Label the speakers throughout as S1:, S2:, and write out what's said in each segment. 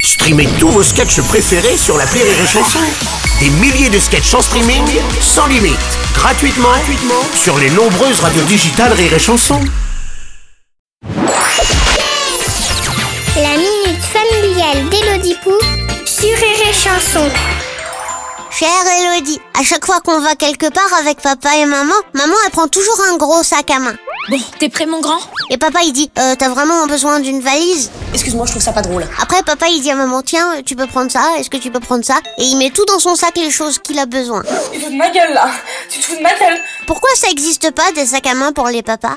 S1: Streamez tous vos sketchs préférés sur la Rire et Chanson. Des milliers de sketchs en streaming, sans limite, gratuitement, gratuitement sur les nombreuses radios digitales Rire et Chanson.
S2: La minute familiale d'Élodie Pou sur Rire et Chanson.
S3: Chère Elodie, à chaque fois qu'on va quelque part avec papa et maman, maman elle prend toujours un gros sac à main.
S4: Bon, t'es prêt mon grand
S3: Et papa il dit, euh, t'as vraiment besoin d'une valise
S4: Excuse-moi, je trouve ça pas drôle.
S3: Après papa il dit à maman, tiens, tu peux prendre ça, est-ce que tu peux prendre ça Et il met tout dans son sac les choses qu'il a besoin.
S5: Tu te fous de ma gueule là Tu te fous de ma gueule
S3: Pourquoi ça existe pas des sacs à main pour les papas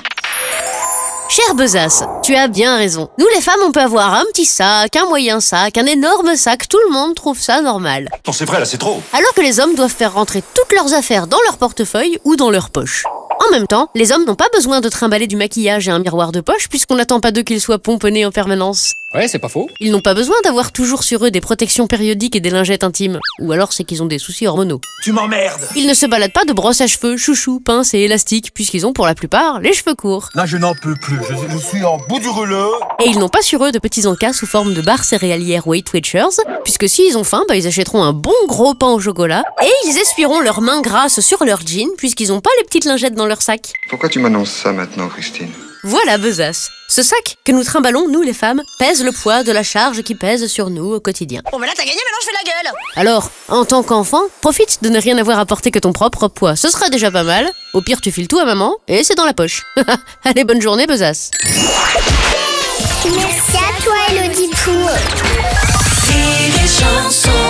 S6: Cher Besace, tu as bien raison. Nous les femmes, on peut avoir un petit sac, un moyen sac, un énorme sac, tout le monde trouve ça normal.
S7: Non, c'est vrai, là, c'est trop.
S6: Alors que les hommes doivent faire rentrer toutes leurs affaires dans leur portefeuille ou dans leur poche. En même temps, les hommes n'ont pas besoin de trimballer du maquillage et un miroir de poche puisqu'on n'attend pas d'eux qu'ils soient pomponnés en permanence.
S8: Ouais, c'est pas faux.
S6: Ils n'ont pas besoin d'avoir toujours sur eux des protections périodiques et des lingettes intimes. Ou alors c'est qu'ils ont des soucis hormonaux.
S7: Tu m'emmerdes.
S6: Ils ne se baladent pas de brosse à cheveux, chouchou, pince et élastique puisqu'ils ont pour la plupart les cheveux courts.
S7: Là, je n'en peux plus. Je, je suis en bout du rouleau.
S6: Et ils n'ont pas sur eux de petits encas sous forme de barres céréalières Weight Watchers, puisque s'ils ont faim, bah, ils achèteront un bon gros pain au chocolat, et ils essuieront leurs mains grasses sur leurs jeans, puisqu'ils n'ont pas les petites lingettes dans leur sac.
S9: Pourquoi tu m'annonces ça maintenant, Christine
S6: Voilà Besace. Ce sac que nous trimballons, nous les femmes, pèse le poids de la charge qui pèse sur nous au quotidien.
S4: Bon bah là t'as gagné, maintenant je fais la gueule
S6: Alors, en tant qu'enfant, profite de ne rien avoir à porter que ton propre poids, ce sera déjà pas mal. Au pire, tu files tout à maman, et c'est dans la poche. Allez, bonne journée Besace.
S2: Merci à toi, Elodie Pou.
S1: Les chansons.